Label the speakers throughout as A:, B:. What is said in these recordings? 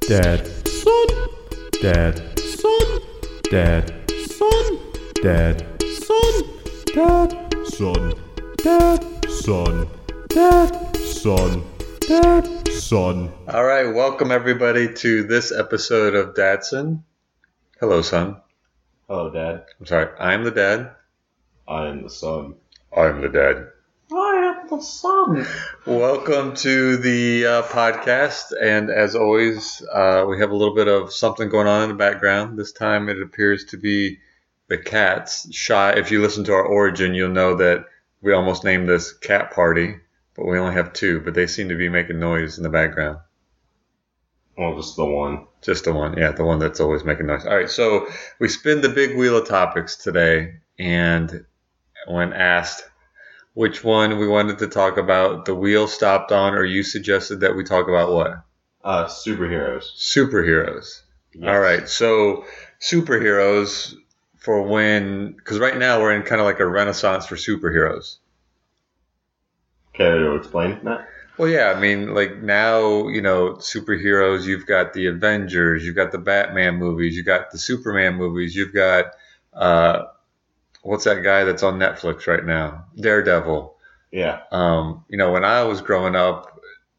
A: Dad. Son. Dad. Son. Dad. Son. Dad. Son. Dad. Son. Dad. Son. Dad. Son. Dad. Son.
B: All right, welcome everybody to this episode of Dadson. Hello, son.
C: Hello, Dad.
B: I'm sorry, I'm the dad.
C: I am the son.
B: I'm the dad.
C: I am the son.
B: Welcome to the uh, podcast, and as always, uh, we have a little bit of something going on in the background. This time, it appears to be the cats. Shy. If you listen to our origin, you'll know that we almost named this "Cat Party," but we only have two. But they seem to be making noise in the background.
C: Well, just the one.
B: Just the one, yeah, the one that's always making noise. All right, so we spin the big wheel of topics today, and when asked which one we wanted to talk about, the wheel stopped on, or you suggested that we talk about what?
C: Uh, superheroes.
B: Superheroes. All right, so superheroes for when, because right now we're in kind of like a renaissance for superheroes.
C: Care to explain that?
B: Well, yeah, I mean, like now, you know, superheroes, you've got the Avengers, you've got the Batman movies, you've got the Superman movies, you've got, uh, what's that guy that's on Netflix right now? Daredevil.
C: Yeah.
B: Um, you know, when I was growing up,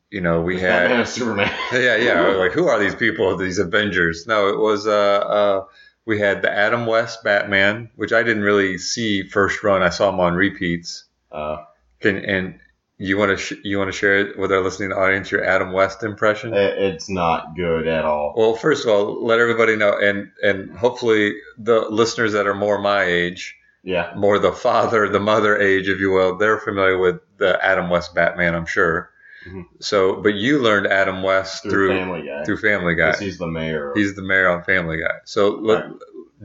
B: you know, we had.
C: Batman and Superman.
B: Yeah, yeah. I was Like, who are these people? These Avengers? No, it was uh, uh, we had the Adam West Batman, which I didn't really see first run. I saw him on repeats.
C: Uh,
B: Can and you want to sh- you want to share with our listening audience your Adam West impression?
C: it, it's not good at all.
B: Well, first of all, let everybody know, and and hopefully the listeners that are more my age,
C: Yeah.
B: more the father, the mother age, if you will, they're familiar with the Adam West Batman, I'm sure.
C: Mhm.
B: So, but you learned Adam West
C: Through,
B: through
C: Family Guy.
B: through Family Guy.
C: 'Cause he's the mayor.
B: He's the mayor on Family Guy. So look,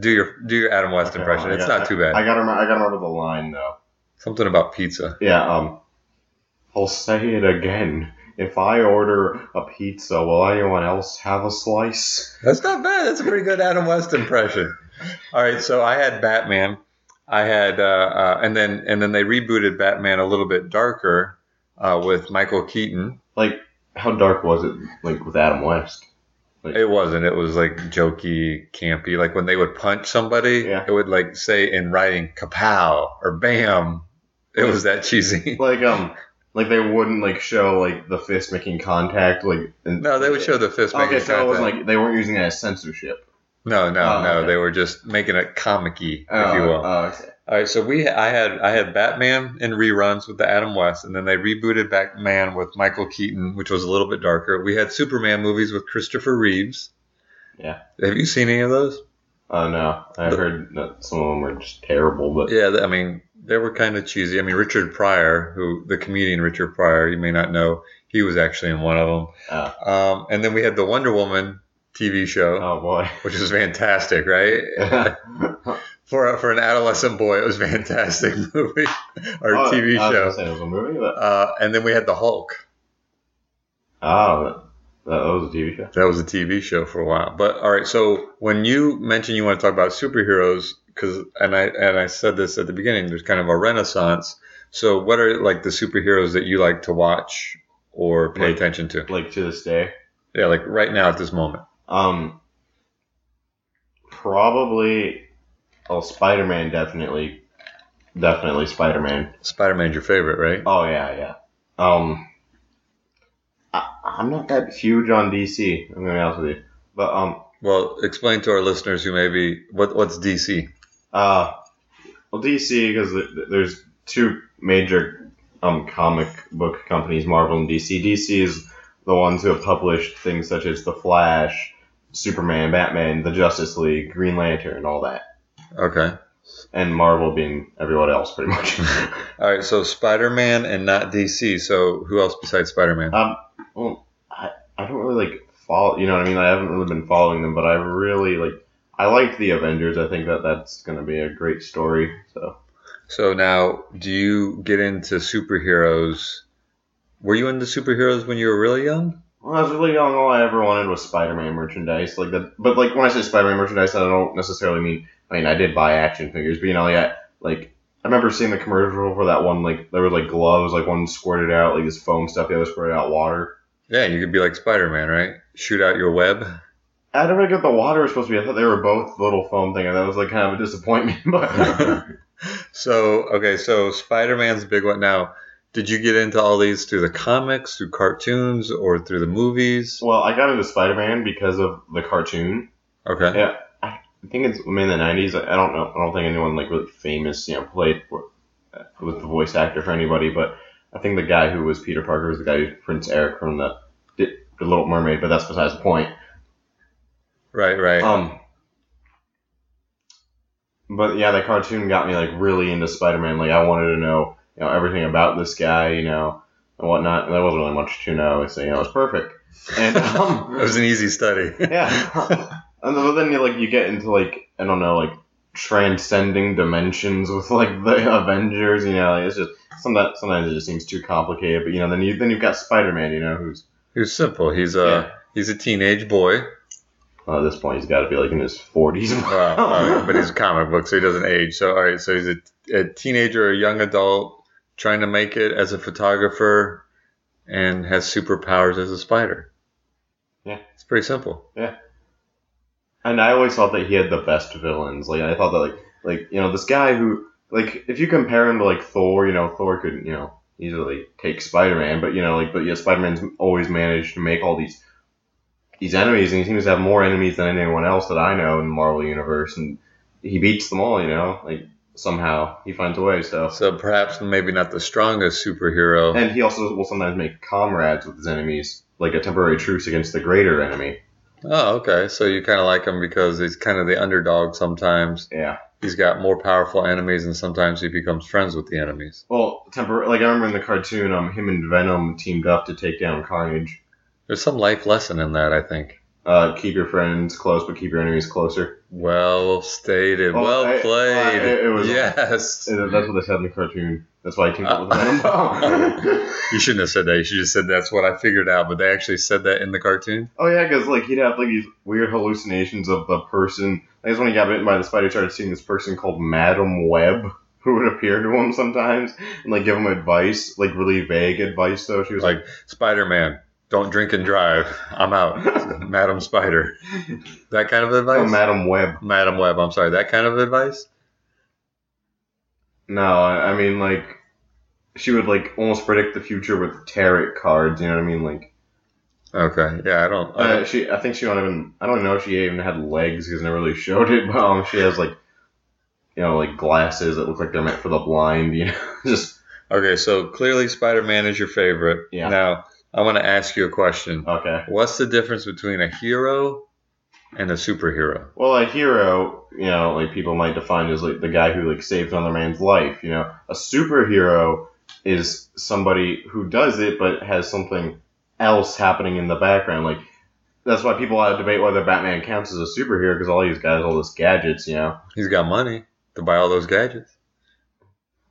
B: do your do your Adam West
C: Okay,
B: impression.
C: well, I
B: It's
C: got-
B: not too bad.
C: Oh, I gotta, remember, I gotta remember the line though.
B: Something about pizza.
C: Yeah. Um. I'll say it again. If I order a pizza, will anyone else have a slice?
B: That's not bad. That's a pretty good Adam West impression. All right, so I had Batman. I had uh, uh, and then and then they rebooted Batman a little bit darker uh, with Michael Keaton.
C: Like, how dark was it? Like with Adam West.
B: It wasn't. It was like jokey, campy. Like when they would punch somebody,
C: Yeah.
B: it would like say in writing "kapow" or "bam." It was that cheesy.
C: like um like they wouldn't like show like the fist making contact like in-
B: No, they would show the fist.
C: okay
B: making
C: so it was
B: contact.
C: like they weren't using that as censorship
B: No, no,
C: Oh,
B: no.
C: okay.
B: They were just making it comic-y, if you will.
C: oh, okay.
B: All right, so we I had I had Batman in reruns with the Adam West, and then they rebooted Batman with Michael Keaton, which was a little bit darker. We had Superman movies with Christopher Reeves.
C: Yeah.
B: Have you seen any of those?
C: oh no i've
B: The-
C: heard that some of them were just terrible but
B: Yeah, th- I mean they were kind of cheesy. I mean Richard Pryor, who the comedian Richard Pryor, you may not know, he was actually in one of them.
C: uh,
B: Um, and then we had the Wonder Woman TV show,
C: oh boy
B: which was fantastic, right? for for an adolescent boy, it was a fantastic movie or
C: Oh,
B: TV
C: I was gonna
B: show.
C: say it was a movie but
B: Uh, and then we had the Hulk.
C: oh that, that was a tv show
B: That was a TV show for a while. But all right, so when you mentioned you want to talk about superheroes, because and I and I said this at the beginning, there's kind of a renaissance. So what are like the superheroes that you like to watch or pay
C: Like-
B: attention to?
C: like to this day
B: Yeah, like right now at this moment.
C: um probably oh spider-man definitely definitely spider-man
B: Spider-Man's your favorite, right?
C: Oh yeah, yeah. Um, I, I'm not that huge on DC. I'm gonna be honest with you, but um,
B: Well, explain to our listeners who may be what what's DC.
C: uh, well, DC because there's two major um comic book companies, Marvel and DC. DC is the ones who have published things such as the Flash, Superman, Batman, the Justice League, Green Lantern, all that,
B: Okay.
C: and Marvel being everyone else pretty much.
B: All right, so Spider-Man and not DC. So who else besides Spider-Man?
C: Well, I, I don't really like follow. You know what I mean? I haven't really been following them, but I really like. I like the Avengers. I think that that's gonna be a great story. So
B: So now, do you get into superheroes? Were you into superheroes when you were really young?
C: when I was really young, all I ever wanted was Spider-Man merchandise. Like that, but like when I say Spider-Man merchandise, I don't necessarily mean. I mean, I did buy action figures, but you know, like I, like I remember seeing the commercial for that one. Like there was like gloves, like one squirted out like this foam stuff, the other squirted out water.
B: Yeah, you could be like Spider Man, right? Shoot out your web.
C: I don't really get what the water was supposed to be. I thought they were both little foam thing, and that was like kind of a disappointment. But
B: so okay, so Spider Man's big one now. Did you get into all these through the comics, through cartoons, or through the movies?
C: well, I got into Spider Man because of the cartoon.
B: Okay.
C: Yeah, I I think it's I mean the '90s. I I don't know. I don't think anyone like really famous, you know, played for, uh, was the voice actor for anybody. But I think the guy who was Peter Parker was the guy who Prince Eric from the the Little Mermaid. But that's besides the point.
B: Right, right.
C: Um, but yeah, the cartoon got me like really into Spider Man. Like I wanted to know, you know, everything about this guy, you know, and whatnot. And there wasn't really much to know, so you know, it was perfect. And
B: it
C: um,
B: was an easy study.
C: yeah, and then- but then you like you get into like I don't know, like transcending dimensions with like the Avengers. You know, like, it's just sometimes sometimes it just seems too complicated. But you know, then you then you've got Spider Man. You know, who's
B: He was simple. He's a
C: Yeah.
B: he's a teenage boy.
C: well, at this point he's got to be like in his forties.
B: Wow, all right, but he's a comic book, so he doesn't age. So all right, so he's a, a teenager, a young adult, trying to make it as a photographer, and has superpowers as a spider.
C: Yeah.
B: it's pretty simple.
C: And I always thought that he had the best villains. Like I thought that like like you know this guy who like if you compare him to like Thor, you know Thor could you know easily take Spider Man, but you know like but yeah Spider Man's always managed to make all these these enemies, and he seems to have more enemies than anyone else that I know in the Marvel universe, and he beats them all. You know like somehow he finds a way. So
B: So perhaps maybe not the strongest superhero.
C: and he also will sometimes make comrades with his enemies, like a temporary truce against the greater enemy.
B: oh, okay. So you kind of like him because he's kind of the underdog sometimes.
C: Yeah.
B: He's got more powerful enemies, and sometimes he becomes friends with the enemies.
C: Well, tempor- like I remember in the cartoon, um, him and Venom teamed up to take down Carnage.
B: There's some life lesson in that, I think.
C: Uh, keep your friends close, but keep your enemies closer.
B: Well stated.
C: Oh,
B: well
C: I-
B: played.
C: I- it- it was-
B: yes.
C: And That's what they said in the cartoon. That's why I teamed up with Venom.
B: You shouldn't have said that. You should have said that's what I figured out, but they actually said that in the cartoon.
C: oh yeah, because like he'd have like these weird hallucinations of the person. I guess when he got bitten by the spider, he started seeing this person called Madam Web who would appear to him sometimes and like give him advice, like really vague advice. Though she was like,
B: Like Spider Man, don't drink and drive. I'm out. Madam Spider. That kind of advice?
C: "Oh, Madam Web."
B: Madam Web, I'm sorry. That kind of advice?
C: No, I I mean like she would like almost predict the future with tarot cards. You know what I mean? Like
B: Okay. Yeah, I don't. I
C: uh,
B: don't
C: she, I think she don't even. I don't know if she even had legs because never really showed it. But um, she has like you know like glasses that look like they're meant for the blind. You know, just
B: okay, so clearly Spider Man is your favorite.
C: Uh, Yeah.
B: Now, I want to ask you a question.
C: okay.
B: What's the difference between a hero and a superhero?
C: Well, a hero, you know, like people might define as like the guy who like saved another man's life. You know, a superhero is somebody who does it but has something else happening in the background. Like that's why people have to debate whether Batman counts as a superhero because all he's got is all this gadgets. You know,
B: He's got money to buy all those gadgets.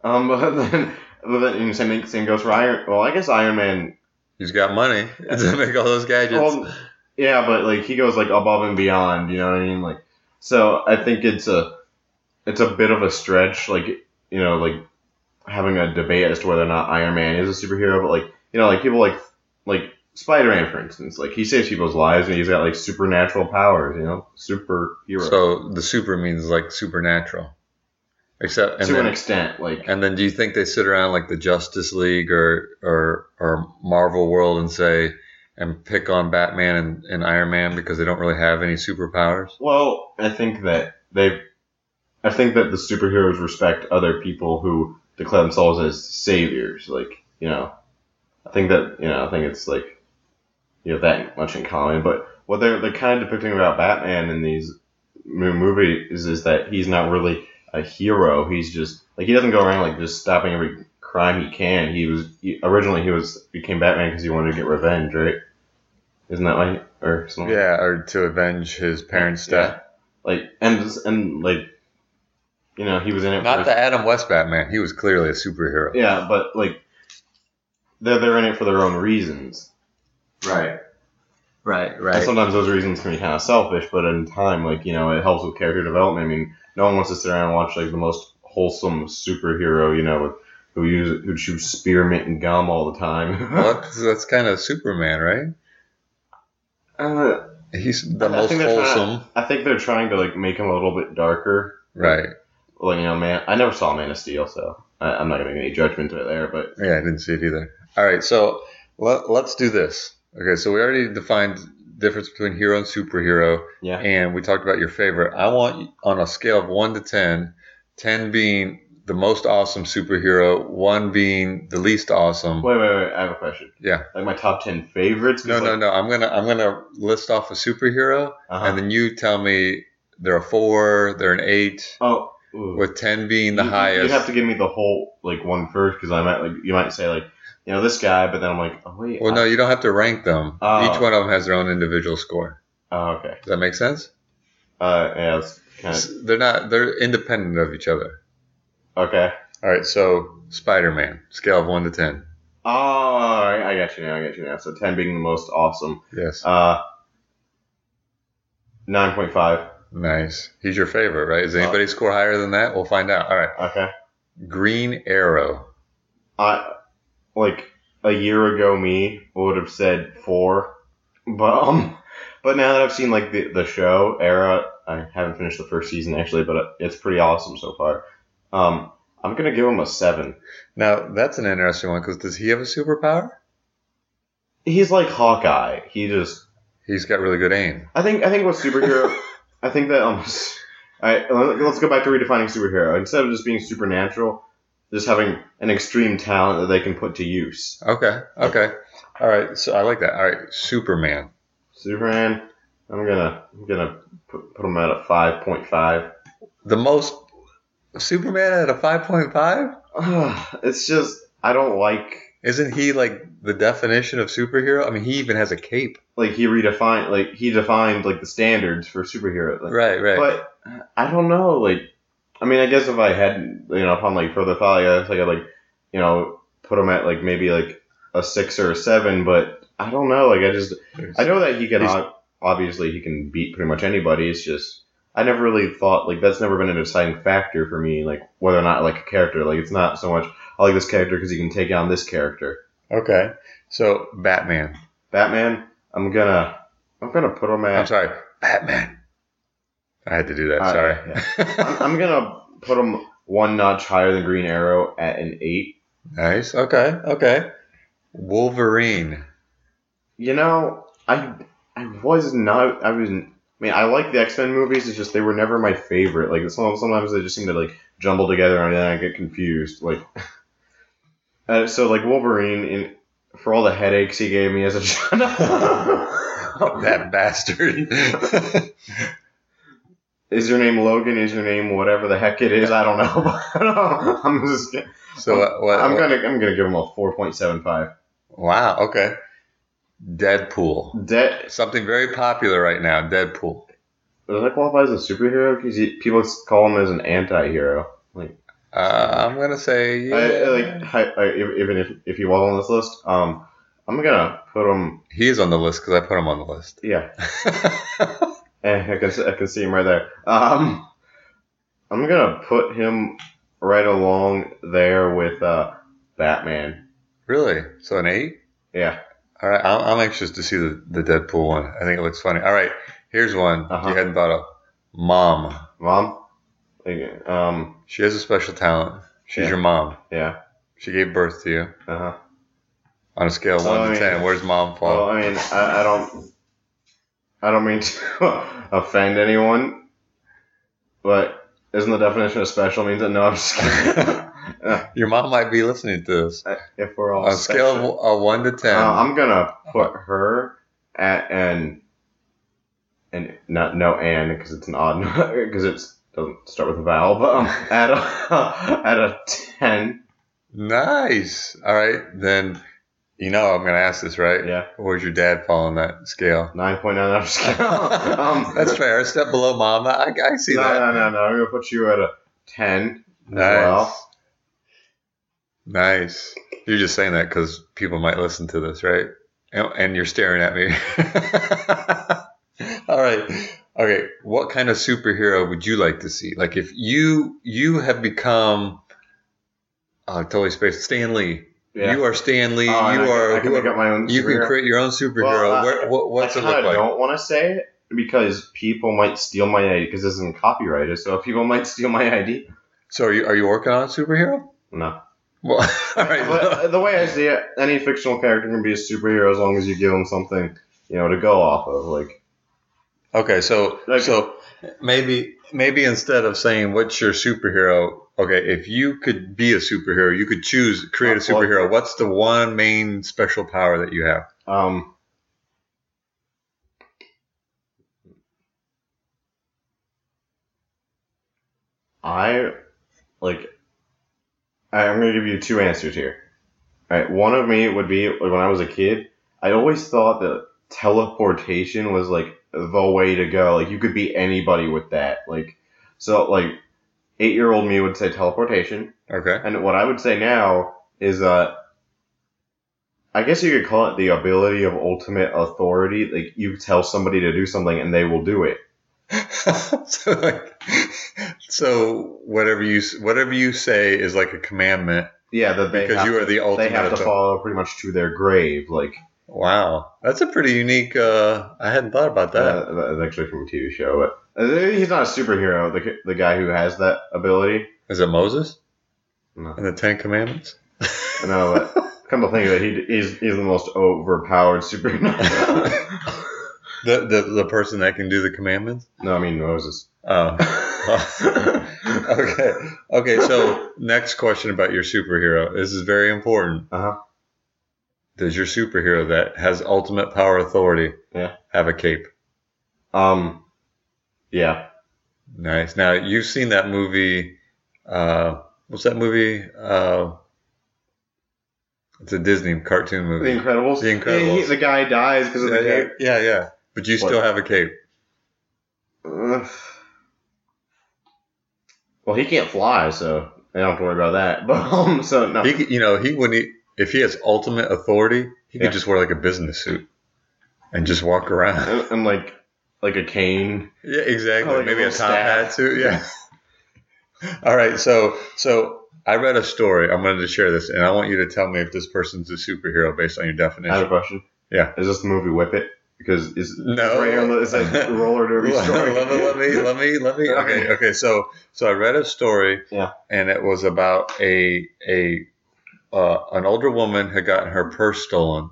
C: um, but then. But then you know, same, same goes for Iron. Well, I guess Iron Man.
B: He's got money to make all those gadgets.
C: Well, yeah, but like he goes like above and beyond. You know what I mean? Like, so I think it's a, it's a bit of a stretch. Like you know, like having a debate as to whether or not Iron Man is a superhero, but like you know, like people like like Spider Man, for instance, like he saves people's lives and he's got like supernatural powers. You know, superhero
B: So the super means like supernatural, except and
C: to an
B: then,
C: extent. Like
B: and then do you think they sit around like the Justice League or or or Marvel World and say and pick on Batman and, and Iron Man because they don't really have any superpowers?
C: Well, I think that they've. I think that the superheroes respect other people who declare themselves as saviors. Like, you know, I think that, you know, I think it's like, you know, that much in common. But what they're, they're kind of depicting about Batman in these mo- movies is that he's not really a hero. He's just, like, he doesn't go around, like, just stopping every crime he can. He was, he, originally he was, became Batman because he wanted to get revenge, right? Isn't that like, or something?
B: Yeah, or to avenge his parents'
C: Yeah.
B: death.
C: like and and like you know he was in it for
B: Not the Adam West Batman. He was clearly a superhero.
C: yeah but like they're they're in it for their own reasons
B: Right. Right.
C: and
B: Right.
C: sometimes those reasons can be kind of selfish but in time like you know it helps with character development i mean no one wants to sit around and watch like the most wholesome superhero you know with who use who chews spearmint and gum all the time.
B: Well, that's, that's kind of Superman, right?
C: Uh,
B: He's the
C: I
B: most
C: think they're trying-
B: wholesome.
C: I think they're trying to like make him a little bit darker.
B: Right.
C: Well, you know, man, I never saw Man of Steel, so I, I'm not gonna make any judgment to it there. But
B: Yeah, I didn't see it either. All right, so let, let's do this. Okay, so we already defined difference between hero and superhero,
C: yeah,
B: and we talked about your favorite. I want you- on a scale of one to 10, 10 being the most awesome superhero, one being the least awesome.
C: wait, wait, wait. I have a question.
B: Yeah.
C: Like my top ten favorites. 'Cause,
B: No, no,
C: like,
B: no. I'm gonna I'm gonna list off a superhero,
C: Uh-huh.
B: and then you tell me they're a four, they're an eight,
C: oh, ooh.
B: with ten being the
C: You-
B: highest.
C: You'd have to give me the whole like one first because I might like you might say like you know this guy, but then I'm like oh wait.
B: well,
C: I-
B: no, you don't have to rank them.
C: Oh.
B: Each one of them has their own individual score.
C: Oh, okay.
B: Does that make sense?
C: Uh, yeah, that's kind
B: S- They're not. They're independent of each other.
C: of okay.
B: All right. So Spider-Man, scale of one to ten.
C: Oh, I, I got you now. I got you now. So ten being the most awesome.
B: Yes.
C: Uh, nine point five.
B: nice. He's your favorite, right? Does anybody score higher than that? We'll find out. All right.
C: Okay.
B: Green Arrow.
C: I like a year ago me would have said four, but um, but now that I've seen like the the show era, I haven't finished the first season actually, but it's pretty awesome so far. Um, I'm gonna give him a seven.
B: Now that's an interesting one because does he have a superpower?
C: He's like Hawkeye. He just
B: He's got really good aim.
C: I think I think what superhero. I think that almost. All right, let- let's go back to redefining superhero. Instead of just being supernatural, just having an extreme talent that they can put to use.
B: Okay. Okay. All right. So I like that. All right. Superman.
C: Superman, I'm gonna I'm gonna put, put him at a five point five.
B: The most Superman at a 5.5?
C: It's just I don't like
B: Isn't he like the definition of superhero? I mean, he even has a cape.
C: like he redefined like he defined like the standards for superhero. Like,
B: Right, right.
C: But I don't know. Like, I mean, I guess if I had, you know, upon like further thought, I guess I could like, you know, put him at like maybe like a six or a seven. But I don't know. Like, I just I know that he can
B: He's-
C: ob- obviously he can beat pretty much anybody. It's just I never really thought like that's never been a deciding factor for me. Like whether or not I like a character. Like it's not so much I like this character because he can take on this character.
B: okay. So, Batman.
C: Batman. I'm gonna I'm gonna put him at.
B: I'm sorry. Batman. I had to do that.
C: Uh,
B: sorry.
C: I'm, I'm gonna put him one notch higher than Green Arrow at an eight.
B: nice. Okay. Okay. Wolverine.
C: You know, I I was not. I was. I mean, I like the X Men movies. It's just they were never my favorite. Like some- sometimes they just seem to like jumble together, and then I get confused. Like, uh, so like Wolverine, in for all the headaches he gave me as a child. Oh,
B: That bastard.
C: Is your name Logan? Is your name whatever the heck it is? I don't know. I'm just.
B: so, uh, what,
C: I'm gonna. I'm gonna give him a four point seven five.
B: Wow. Okay. Deadpool.
C: Debt
B: Something very popular right now, Deadpool.
C: Does that qualify as a superhero? Because people call him as an anti-hero.
B: Uh, I'm gonna say yeah.
C: I, I like, I, I, if- even if if he was on this list, um, I'm gonna put him.
B: he is on the list because I put him on the list.
C: Yeah, eh, I can s- I can see him right there. Um, I'm gonna put him right along there with uh, Batman.
B: really? So an eight?
C: Yeah,
B: All right. I'm, I'm anxious to see the, the Deadpool one. I think it looks funny. All right. Here's one
C: Uh-huh.
B: you hadn't thought of. Mom.
C: mom. Like, Um,
B: She has a special talent. She's
C: Yeah.
B: your mom.
C: yeah.
B: She gave birth to you.
C: Uh huh.
B: On a scale of one
C: Oh,
B: to
C: yeah.
B: ten, where's mom fall?
C: Well, I mean, I, I don't, I don't mean to offend anyone, but isn't the definition of special means that no? I'm just kidding.
B: your mom might be listening to this.
C: if we're all
B: On a scale of
C: Oh, special.
B: w- a one to ten,
C: Uh, I'm gonna put her at an, and not no and because it's an odd because it's doesn't start with a vowel, but um, at a at a ten.
B: nice. All right, then you know I'm gonna ask this, right?
C: Yeah,
B: Where's your dad fall on that scale?
C: nine point nine. I'm just kidding. Um,
B: That's fair. A step below mom. I, I see
C: no,
B: that.
C: no, no, no. I'm gonna put you at a ten.
B: Nice.
C: well.
B: Nice. You're just saying that because people might listen to this, right? And, and you're staring at me. All right. Okay. What kind of superhero would you like to see? Like if you you have become I uh, totally spaced. Stan Lee.
C: Yeah.
B: You are Stan Lee.
C: Oh, and
B: you
C: I can-
B: are
C: I can make
B: whoever-
C: up my own
B: You can
C: superhero.
B: create your own superhero.
C: Well, I-
B: Where, what, what's
C: I
B: it look
C: kinda
B: like?
C: don't want to say it because people might steal my ID because this isn't copyrighted, so people might steal my ID.
B: So are you are you working on a superhero?
C: No.
B: Well, all right.
C: But uh, the way I see it, any fictional character can be a superhero as long as you give them something, you know, to go off of. Like,
B: Okay, so
C: Like-
B: so maybe maybe instead of saying what's your superhero, okay, if you could be a superhero, you could choose create a
C: Uh, well-
B: superhero. What's the one main special power that you have?
C: um, I like. I- I'm gonna give you two answers here. All right, one of me would be like when I was a kid. I always thought that teleportation was like the way to go. Like you could be anybody with that. Like so, like eight year old me would say teleportation,
B: Okay.
C: and what I would say now is uh, I guess you could call it the ability of ultimate authority. Like you tell somebody to do something and they will do it.
B: so like, so whatever you s- whatever you say is like a commandment
C: Yeah, that they
B: because
C: have
B: you are the ultimate.
C: they have to
B: author-
C: follow pretty much to their grave. Like
B: Wow, that's a pretty unique. Uh, I hadn't thought about that.
C: uh, that's actually from a TV show, but uh, he's not a superhero. The ki- the guy who has that ability.
B: Is it Moses
C: No,
B: and the Ten Commandments?
C: no but come to think of it, he, he's he's the most overpowered superhero.
B: The, the the person that can do the commandments.
C: no, I mean Moses.
B: Oh. okay. Okay. So next question about your superhero. This is very important.
C: Uh-huh.
B: Does your superhero that has ultimate power authority
C: Yeah.
B: have a cape?
C: Um, yeah.
B: Nice. Now you've seen that movie. Uh, what's that movie? Uh, it's a Disney cartoon
C: The
B: movie.
C: Incredibles.
B: The Incredibles.
C: Yeah, he- the guy dies because of
B: Yeah,
C: the
B: yeah,
C: cape.
B: yeah, yeah. But you
C: What?
B: still have a cape.
C: Ugh. Well, he can't fly, so I don't have to worry about that. But um, so no,
B: He, could- you know, he wouldn't. e- If he has ultimate authority, he
C: Yeah.
B: could just wear like a business suit and just walk around.
C: and, and, like like a cane.
B: Yeah, exactly.
C: Or like a
B: Maybe a,
C: little
B: top
C: staff.
B: hat too. Yeah. All right. So, so I read a story. I'm going to share this, and I want you to tell me if this person's a superhero based on your
C: I have
B: definition.
C: a question.
B: Yeah.
C: is this the movie Whip It? Because it's
B: No.
C: it's right here. on the- It says roller derby
B: Let,
C: story.
B: let me, let me, let me, let me. Okay. Okay. So, so I read a story.
C: Yeah.
B: And it was about a a uh, an older woman had gotten her purse stolen,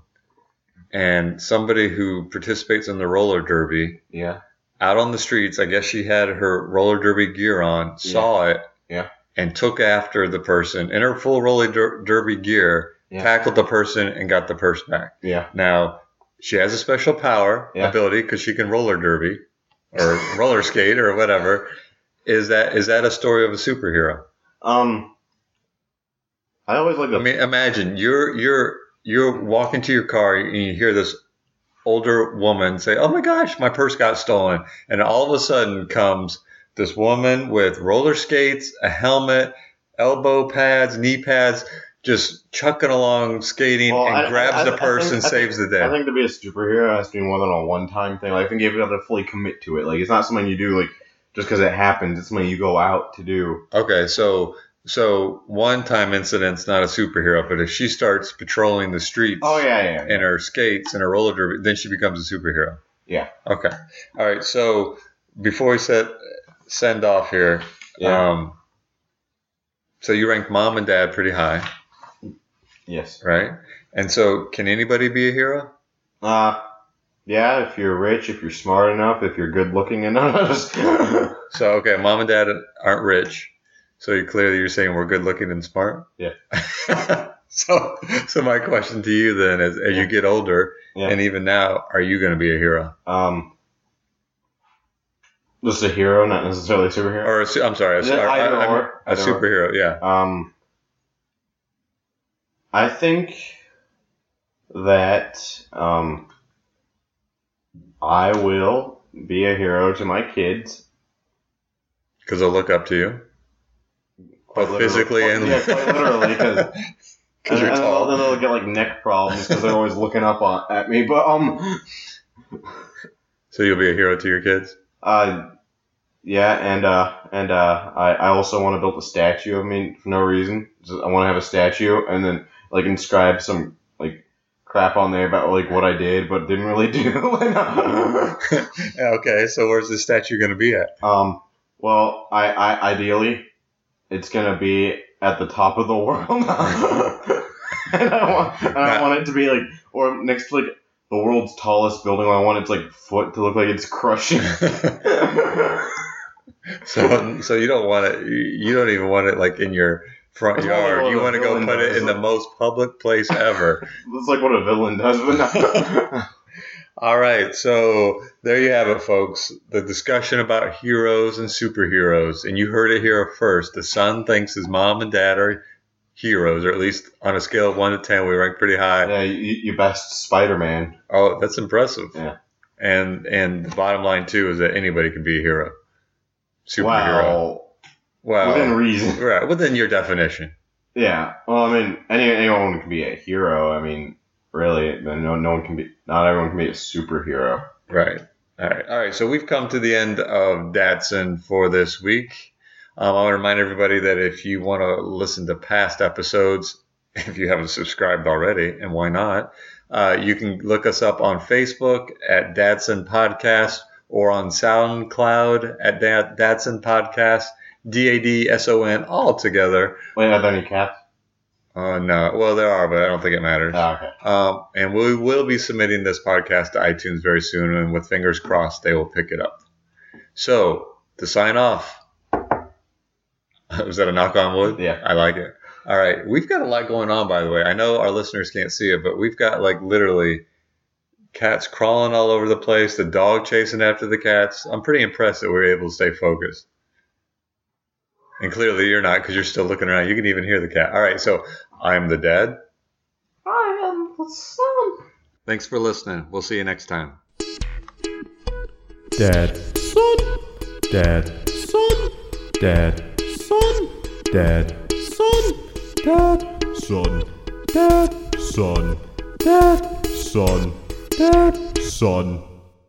B: and somebody who participates in the roller derby
C: Yeah,
B: out on the streets. I guess she had her roller derby gear on, saw it,
C: Yeah.
B: and took after the person in her full roller der- derby gear,
C: Yeah.
B: tackled the person, and got the purse back.
C: yeah.
B: Now she has a special power
C: Yeah.
B: ability because she can roller derby or roller skate or whatever. Is that is that a story of a superhero?
C: Um, I always like the
B: I mean, imagine you're you're you're walking to your car and you hear this older woman say, "Oh my gosh, my purse got stolen!" And all of a sudden comes this woman with roller skates, a helmet, elbow pads, knee pads, just chucking along skating
C: Well,
B: and
C: I-
B: grabs
C: I-
B: the
C: I
B: purse
C: think-
B: and
C: I think-
B: saves the day.
C: I think to be a superhero has to be more than a one-time thing. Like I think you have to fully commit to it. Like it's not something you do like just because it happens. It's something you go out to do.
B: okay, so. So one time incident's not a superhero, but if she starts patrolling the streets
C: Oh yeah, yeah, yeah.
B: in her skates and her roller derby, then she becomes a superhero.
C: Yeah.
B: Okay. All right. So before we set send off here,
C: Yeah.
B: um, so you rank mom and dad pretty high,
C: yes.
B: right? And so, can anybody be a hero?
C: Uh, yeah. If you're rich, if you're smart enough, if you're good-looking enough.
B: So, okay, mom and dad aren't rich, so you clearly you're saying we're good looking and smart.
C: Yeah.
B: so, so my question to you then is, as
C: Yeah.
B: you get older,
C: Yeah.
B: and even now, are you going to be a hero
C: um, just a hero, not necessarily a superhero.
B: or a, su- I'm sorry, a, su-
C: Yeah,
B: I-
C: either
B: I'm-
C: or.
B: a
C: Either or.
B: superhero? Yeah.
C: Um, I think that um, I will be a hero to my kids.
B: Because they'll look up to you.
C: Quite
B: Both
C: literally-
B: physically and-
C: yeah, quite literally Uh, because. And,
B: Because you're
C: and then they'll-
B: tall.
C: then they'll get like neck problems because they're always looking up on, at me. But um,
B: So you'll be a hero to your kids.
C: uh, Yeah, and uh, and uh, I, I also want to build a statue of me for no reason. Just, I want to have a statue and then like inscribe some like crap on there about like what I did but didn't really do. Like,
B: okay, so where's the statue going to be at?
C: um, well, I, I ideally it's gonna be at the top of the world. and I want and I want it to be like or next to like the world's tallest building. I want its like foot to look like it's crushing.
B: So, so you don't want it. You you don't even want it like in your front
C: It's only
B: yard.
C: one
B: You
C: of
B: want to
C: the
B: go
C: villain
B: put it in the
C: does.
B: most public place ever.
C: That's like what a villain does, but not.
B: All right, so there you have it, folks. The discussion about heroes and superheroes, and you heard it here first. The son thinks his mom and dad are heroes, or at least on a scale of one to ten, we rank pretty high.
C: yeah, you, you best Spider Man.
B: Oh, that's impressive.
C: Yeah.
B: And and the bottom line too is that anybody can be a hero, superhero. Oh.
C: Wow.
B: Wow.
C: Within reason.
B: right within your definition.
C: Yeah. Well, I mean, any, anyone can be a hero. I mean, really, no, no one can be. Not everyone can be a superhero.
B: Right. All right. All right. So we've come to the end of Datsun for this week. Um, I want to remind everybody that if you want to listen to past episodes, if you haven't subscribed already, and why not, uh, you can look us up on Facebook at Datsun Podcast or on SoundCloud at Dat- Datsun Podcast, D A D S O N, all together.
C: Wait, are there any caps?
B: Uh, no, well, there are, but I don't think it matters.
C: Oh, okay.
B: Um, and we will be submitting this podcast to iTunes very soon, and with fingers crossed, they will pick it up. So, to sign off, was that a knock on wood?
C: Yeah.
B: I like it. All right. We've got a lot going on, by the way. I know our listeners can't see it, but we've got like literally cats crawling all over the place, the dog chasing after the cats. I'm pretty impressed that we were able to stay focused. And clearly you're not because you're still looking around. You can even hear the cat. All right. So, I'm the dad.
C: I am the sun.
B: Thanks for listening. We'll see you next time.
A: Dad, son, dad, son, dad, son, dad, son, dad, son, dad, son, dad, son, dad, son.